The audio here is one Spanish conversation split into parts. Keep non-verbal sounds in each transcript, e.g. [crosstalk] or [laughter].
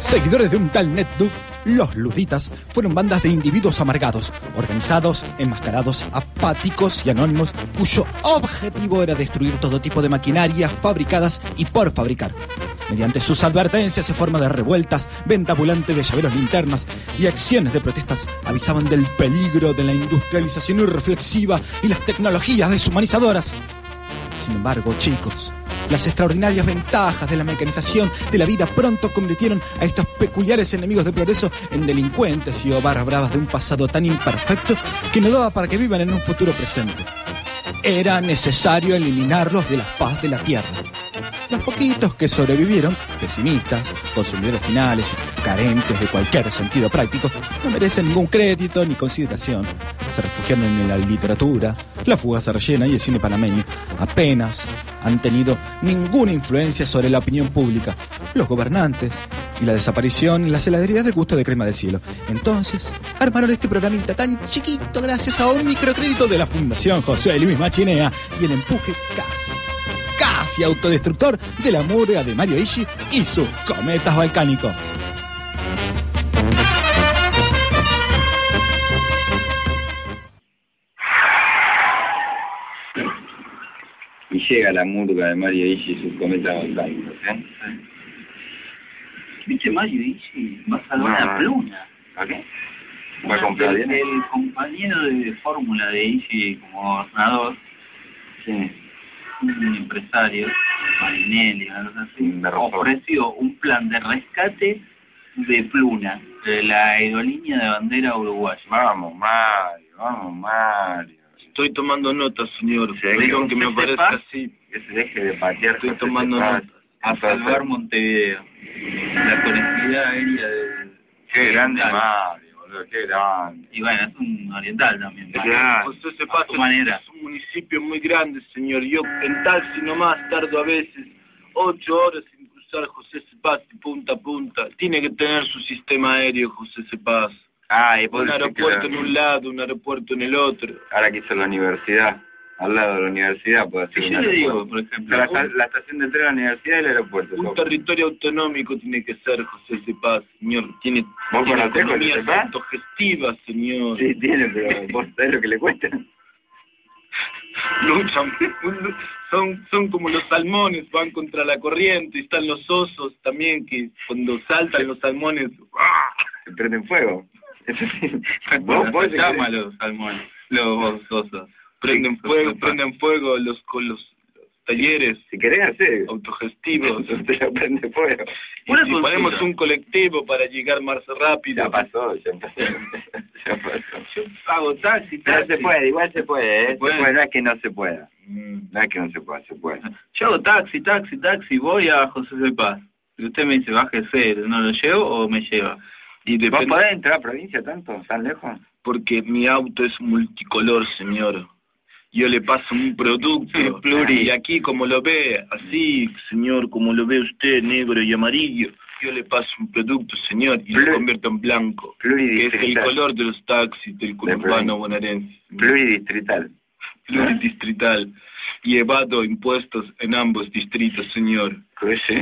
Seguidores de un tal NetDuke, los luditas fueron bandas de individuos amargados, organizados, enmascarados, apáticos y anónimos, cuyo objetivo era destruir todo tipo de maquinarias fabricadas y por fabricar. Mediante sus advertencias en forma de revueltas, venta ambulante de llaveros linternas y acciones de protestas, avisaban del peligro de la industrialización irreflexiva y las tecnologías deshumanizadoras. Sin embargo, chicos, las extraordinarias ventajas de la mecanización de la vida pronto convirtieron a estos peculiares enemigos de progreso en delincuentes y o barras bravas de un pasado tan imperfecto que no daba para que vivan en un futuro presente. Era necesario eliminarlos de la paz de la tierra. Los poquitos que sobrevivieron, pesimistas, consumidores finales, carentes de cualquier sentido práctico, no merecen ningún crédito ni consideración. Se refugiaron en la literatura, la fugaza rellena y el cine panameño. Apenas han tenido ninguna influencia sobre la opinión pública, los gobernantes y la desaparición y las heladerías de gusto de crema del cielo. Entonces, armaron este programita tan chiquito gracias a un microcrédito de la Fundación José Luis Machinea y el empuje casi casi autodestructor de la murga de Mario Ishii y sus cometas balcánicos. Y llega la murga de Mario Ishii y sus cometas balcánicos. ¿eh? ¿Viste Mario Ishii? Va a salvar Ah. la pluna. ¿A qué? ¿Va Ah, a comprar el, bien? el compañero de fórmula de Ishii como gobernador, Sí. un empresario, Marinelli, algo así, Me rozó. ofreció un plan de rescate de Pluna, de la aerolínea de bandera uruguaya. Vamos, Mario, vamos, Mario. Estoy tomando notas, señor. Sí, Perdón que que me usted aparezca sepa. así. Que se deje de patear. este Estoy que se tomando separe. nota. a salvar Montevideo. La conectividad aérea de... Qué grande Mario, boludo, qué grande. Y bueno, es un oriental también. Es Mario. grande. José se A tu manera. Pues es un municipio muy grande, señor. Yo en taxi nomás tardo a veces ocho horas sin cruzar José Cepaz de punta a punta. Tiene que tener su sistema aéreo, José Cepaz. Ah, y vos Un decís que aeropuerto la- en un lado, un aeropuerto en el otro. Ahora que hizo la universidad, al lado de la universidad puede hacer Si un yo le digo, aeropuerto. por ejemplo, la, un- la estación de tren de la universidad y el aeropuerto. Un ¿no? territorio autonómico tiene que ser José Cepaz, señor. Tiene, ¿Vos tiene conocés José economías Cepaz? autogestivas, señor. Sí, tiene, pero vos sabés lo que le cuesta. luchan, un- son, son como los salmones, van contra la corriente, y están los osos también, que cuando saltan los salmones, ¡ah! Se prenden fuego. [laughs] Eso [laughs] sí. Vos, Vos, vos te llama a crees- los salmones, los osos. prenden Sí, fuego, papá. prenden fuego los con los, los talleres si querés hacer, [laughs] autogestivos. te lo prende fuego. Y Una si consulta. ponemos un colectivo para llegar más [laughs] rápido, Ya pasó, ya [laughs] pasó. ya pasó. Yo pago taxi, Pero taxi. se puede, igual se puede, ¿eh? Se puede. puede, No es que no se pueda. Mm. No es que no se pueda, se puede. Ah, Yo hago taxi, taxi, taxi, voy a José de Paz. Y usted me dice, bájese, ¿no lo llevo o me lleva? Y ¿Vos depende, podés entrar a provincia tanto, tan lejos? porque mi auto es multicolor, señor. Yo le paso un Sí, producto pluri. y aquí como lo ve, así, señor, como lo ve usted, negro y amarillo, yo le paso un producto, señor, y Pluri. lo convierto en blanco. que es el Pluridistrital. color de los taxis del provincia. conurbano bonaerense, Pluridistrital. pluridistrital, y evado impuestos en ambos distritos, señor,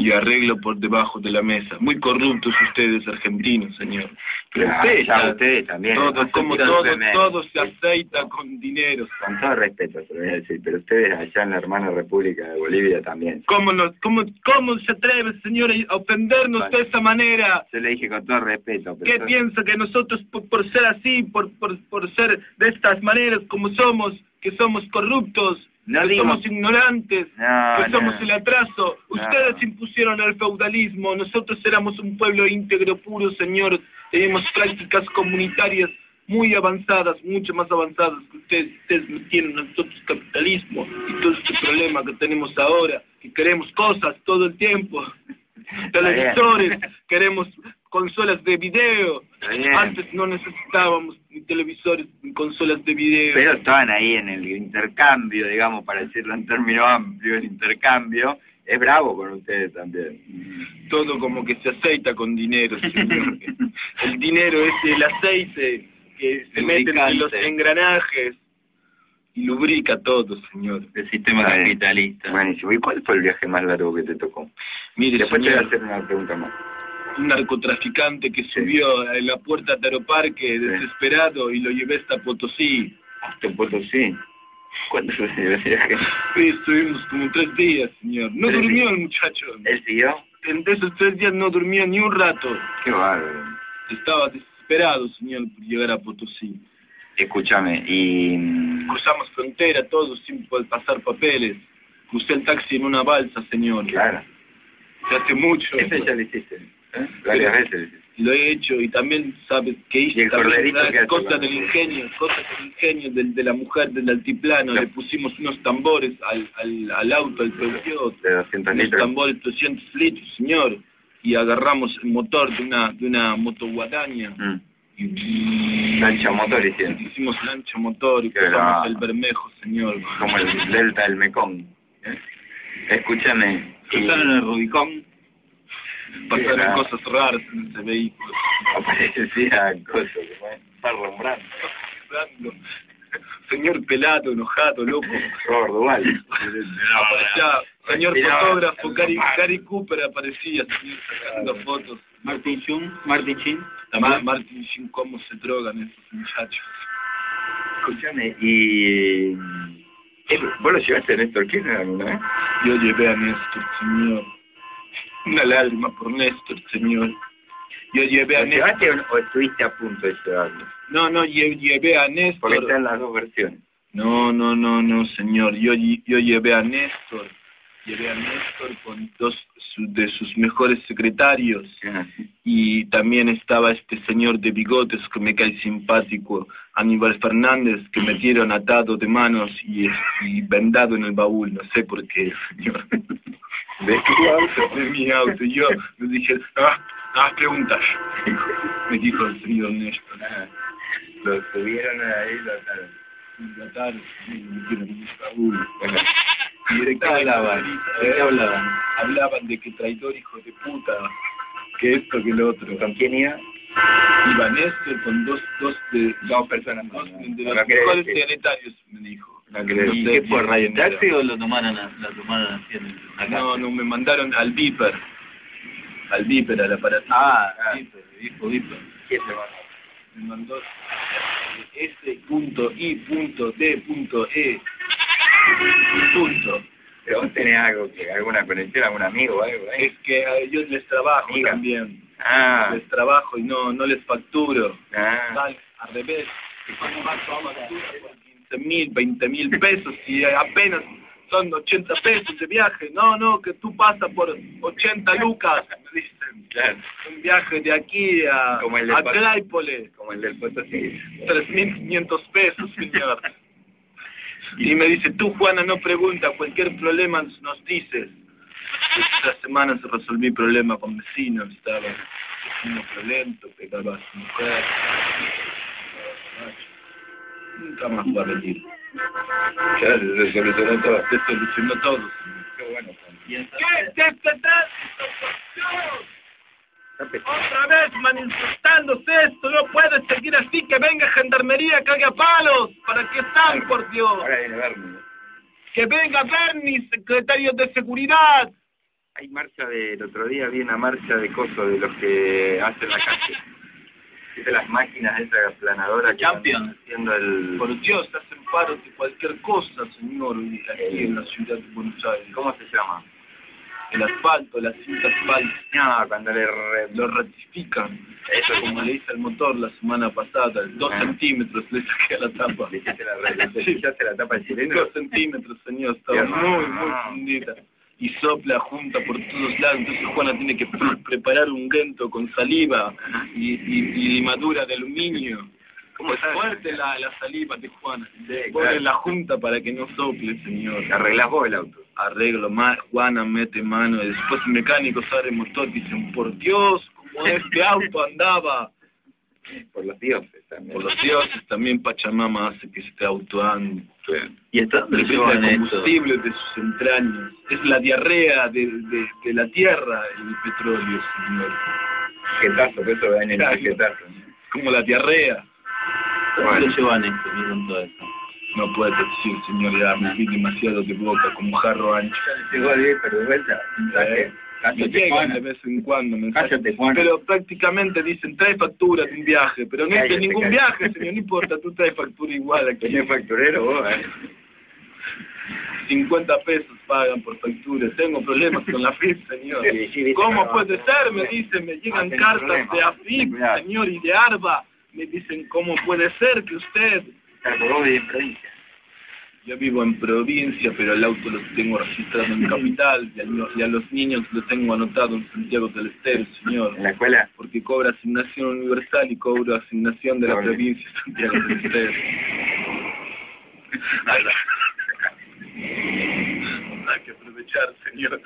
y arreglo por debajo de la mesa. Muy corruptos ustedes argentinos, señor. Pero Ah, usted ya ya- ustedes también. todo, hacen como todo todo, tremendo. todo se aceita con dinero. Con todo respeto se lo voy a decir, pero ustedes allá en la hermana República de Bolivia también. ¿Cómo, nos, cómo, ¿Cómo se atreve, señora, a ofendernos Vale. de esa manera? Yo le dije con todo respeto, pero... ¿Qué son- piensa que nosotros, por, por ser así, por, por, por ser de estas maneras como somos, que somos corruptos, No que digo- somos ignorantes, No, que no. somos el atraso? Ustedes No. impusieron el feudalismo, nosotros éramos un pueblo íntegro, puro, señor. Teníamos prácticas comunitarias muy avanzadas, mucho más avanzadas que ustedes. Ustedes metieron a nosotros capitalismo y todo este problema que tenemos ahora, que queremos cosas todo el tiempo. bien. Televisores, queremos consolas de video. Está bien. Antes no necesitábamos ni televisores ni consolas de video. Pero estaban ahí en el intercambio, digamos, para decirlo en términos amplios, el intercambio. Es bravo con ustedes también. todo como que se aceita con dinero. señor. el dinero es el aceite que se mete en los Lubricante. engranajes y lubrica todo, señor. el sistema Está bien. capitalista. Buenísimo. ¿Y cuál fue el viaje más largo que te tocó? Mire, Después te voy a señor, hacer una pregunta más. un narcotraficante que subió a la puerta de Taroparque desesperado y lo llevé hasta Potosí. Hasta Potosí. ¿Cuántas veces llevé ese viaje? Sí, estuvimos como tres días, señor. No Tres durmió días. el muchacho. ¿Él siguió? En esos tres días no durmió ni un rato. Qué bárbaro. Estaba desesperado, señor, por llegar a Potosí. Escúchame, y... mm, Cruzamos frontera todos sin poder pasar papeles. Crucé el taxi en una balsa, señor. Claro. Se hace mucho. [laughs] Ese ya lo hiciste. ¿eh? Varias Sí. veces lo hiciste. lo he hecho y también sabes que Y hice el también corderito ¿verdad? que hace, cosas ¿verdad? del ingenio, cosas del ingenio del- de, la mujer del altiplano, Ya. le pusimos unos tambores al, al, al auto, al Peugeot, De 200 unos litros. tambores 300 litros, señor, y agarramos el motor de una, de una motoguadaña Mm. y Lancha motor hicieron. hicimos lancha motor y Qué cruzamos bravo. el Bermejo, señor. Como el delta del Mekong. ¿eh? Escúchame. y- Cruzaron el Rubicón, pasaron bravo. cosas raras en ese vehículo. Aparecía cosas, como es Marlon Brando, Hablando. Señor pelado, enojado, loco. Robert Duval. Aparecía, señor Respiraba fotógrafo, el Gary, mar. Gary Cooper aparecía, señor, sacando fotos. Martin Chung, Martin Chin. Además, Martin Sheen, cómo se drogan esos muchachos. Escúchame, y... eh, ¿Vos lo llevaste a Néstor Kirchner alguna vez? Yo llevé a Néstor, señor. Una lágrima por Néstor, señor. Yo llevé a ¿Lo Néstor. llevaste o, no- o estuviste a punto de llevarlo? No, no, lle- llevé a Porque Néstor. están las dos versiones. No, no, no, no, señor. Yo, lle- yo llevé a Néstor. Llevé a Néstor con dos su- de sus mejores secretarios. Ah, y también estaba este señor de bigotes que me cae simpático, Aníbal Fernández, que me dieron atado de manos y, y vendado en el baúl, no sé por qué, señor. [laughs] ¿De qué auto? De mi auto, y yo le dije, ah, ah, preguntas, [laughs] me dijo el señor Néstor. Ah, Lo subieron ahí, lo ataron. Me ataron, me metieron en el baúl. Bueno, Y ¿de qué hablaban? ¿De qué hablaban? Hablaban de que traidor hijo de puta, que esto, que lo otro. ¿Con quién iba? Iba Néstor con dos, dos de Dos personas más, dos Ah, ¿no? de No los creo mejores que- secretarios, me dijo. No creo. Y ¿Y de- qué fue, Ryan de- ¿Taxi o lo tomaron, a- la tomaron así en la casa? No, no, me mandaron al Viper. Al Viper, al aparato. Ah, Ah. Viper, viejo Viper. ¿Quién te mandó? Me mandó este S.I.D.E. E. Punto. Pero vos tenés algo, que, alguna conexión, algún amigo o algo, ¿eh? Es que a ellos les trabajo Amiga. también. Ah, Les trabajo y no, no les facturo. ah. Tal, al revés. ¿Cómo más vamos a facturar con 15 mil, 20 mil pesos y apenas son 80 pesos de viaje? No, no, que tú pasas por 80 lucas, me dicen. Claro, Un viaje de aquí a, Como el de a Pat- Claypole, como el del Potosí. 3.500 pesos, señor. Y me dice, tú Juana no pregunta, cualquier problema nos dices. Esta semana se resolví problema con vecinos, estaba vecino violento, pegaba a su mujer. Nunca más va a venir. Ya se solucionó todo. Se solucionó todo. Qué bueno, Juan. Y entonces- Está pe- Otra vez manifestándose esto, no puede seguir así, que venga gendarmería, que haga palos, para que están, por Dios. Ahora viene Bernie. Que venga Bernie, secretario de Seguridad. Hay marcha del otro día, vi una marcha de coso de los que hacen la calle. De las máquinas de esa planadora que Champion. están haciendo el... Por Dios, hacen paro de cualquier cosa, señor, aquí en la ciudad de Buenos Aires. ¿Cómo se llama? El asfalto, la cinta asfalto, No, cuando le... re- lo ratifican. Eso es Como como le hice al motor la semana pasada, dos Ah. centímetros le saqué a la tapa. le hiciste la [laughs] re- le echaste la tapa al cilindro. Dos centímetros, señor, estaba Bien. muy, muy fundida. Y sopla junta por todos lados, entonces Juana tiene que pre- preparar un gento con saliva y, y- y limadura de aluminio. ¿Cómo es sabe? fuerte la, la saliva de Juana. Sí, Pone claro. la junta para que no sople, señor. Arreglás vos el auto. Arreglo, ma- Juana mete mano, y después el mecánico sale el motor, dicen, por Dios, como este auto andaba. Por los dioses también. Por los dioses también Pachamama hace que este auto ande. ¿Y hasta dónde Le lo brinda llevan el esto? combustible de sus entrañas. Es la diarrea de, de- de la tierra, el petróleo, señor. Jetazo, que eso va en Claro. el jetazo. Como la diarrea. ¿Dónde lo llevan esto? Ni con todo esto. No puede decir, señor, ya me vi demasiado de boca, como jarro ancho. Llegó a 10, pero de vuelta. Eh, Me Cállate, llegan Juana. de vez en cuando mensajes. Cállate, Juana. Pero prácticamente dicen, trae factura de un viaje. Pero no es Cállate, ningún cállate. viaje, señor, no importa, tú traes factura igual aquí. Tenés facturero vos, eh. 50 pesos pagan por factura. Tengo problemas con la FIP, señor. Sí, sí, dice, ¿Cómo no, puede no, ser? no, Me no. dicen, me Ah, llegan tenés cartas problemas, de ten AFIP, cuidado. señor, y de ARBA. Me dicen, ¿cómo puede ser que usted... Salvo vos vivís en provincia. Yo vivo en provincia, pero el auto lo tengo registrado en capital y a, lo- y a los niños lo tengo anotado en Santiago del Estero, señor. En la escuela. Porque cobra asignación universal y cobro asignación de la Vale. provincia de Santiago del Estero. Hay que aprovechar, señor.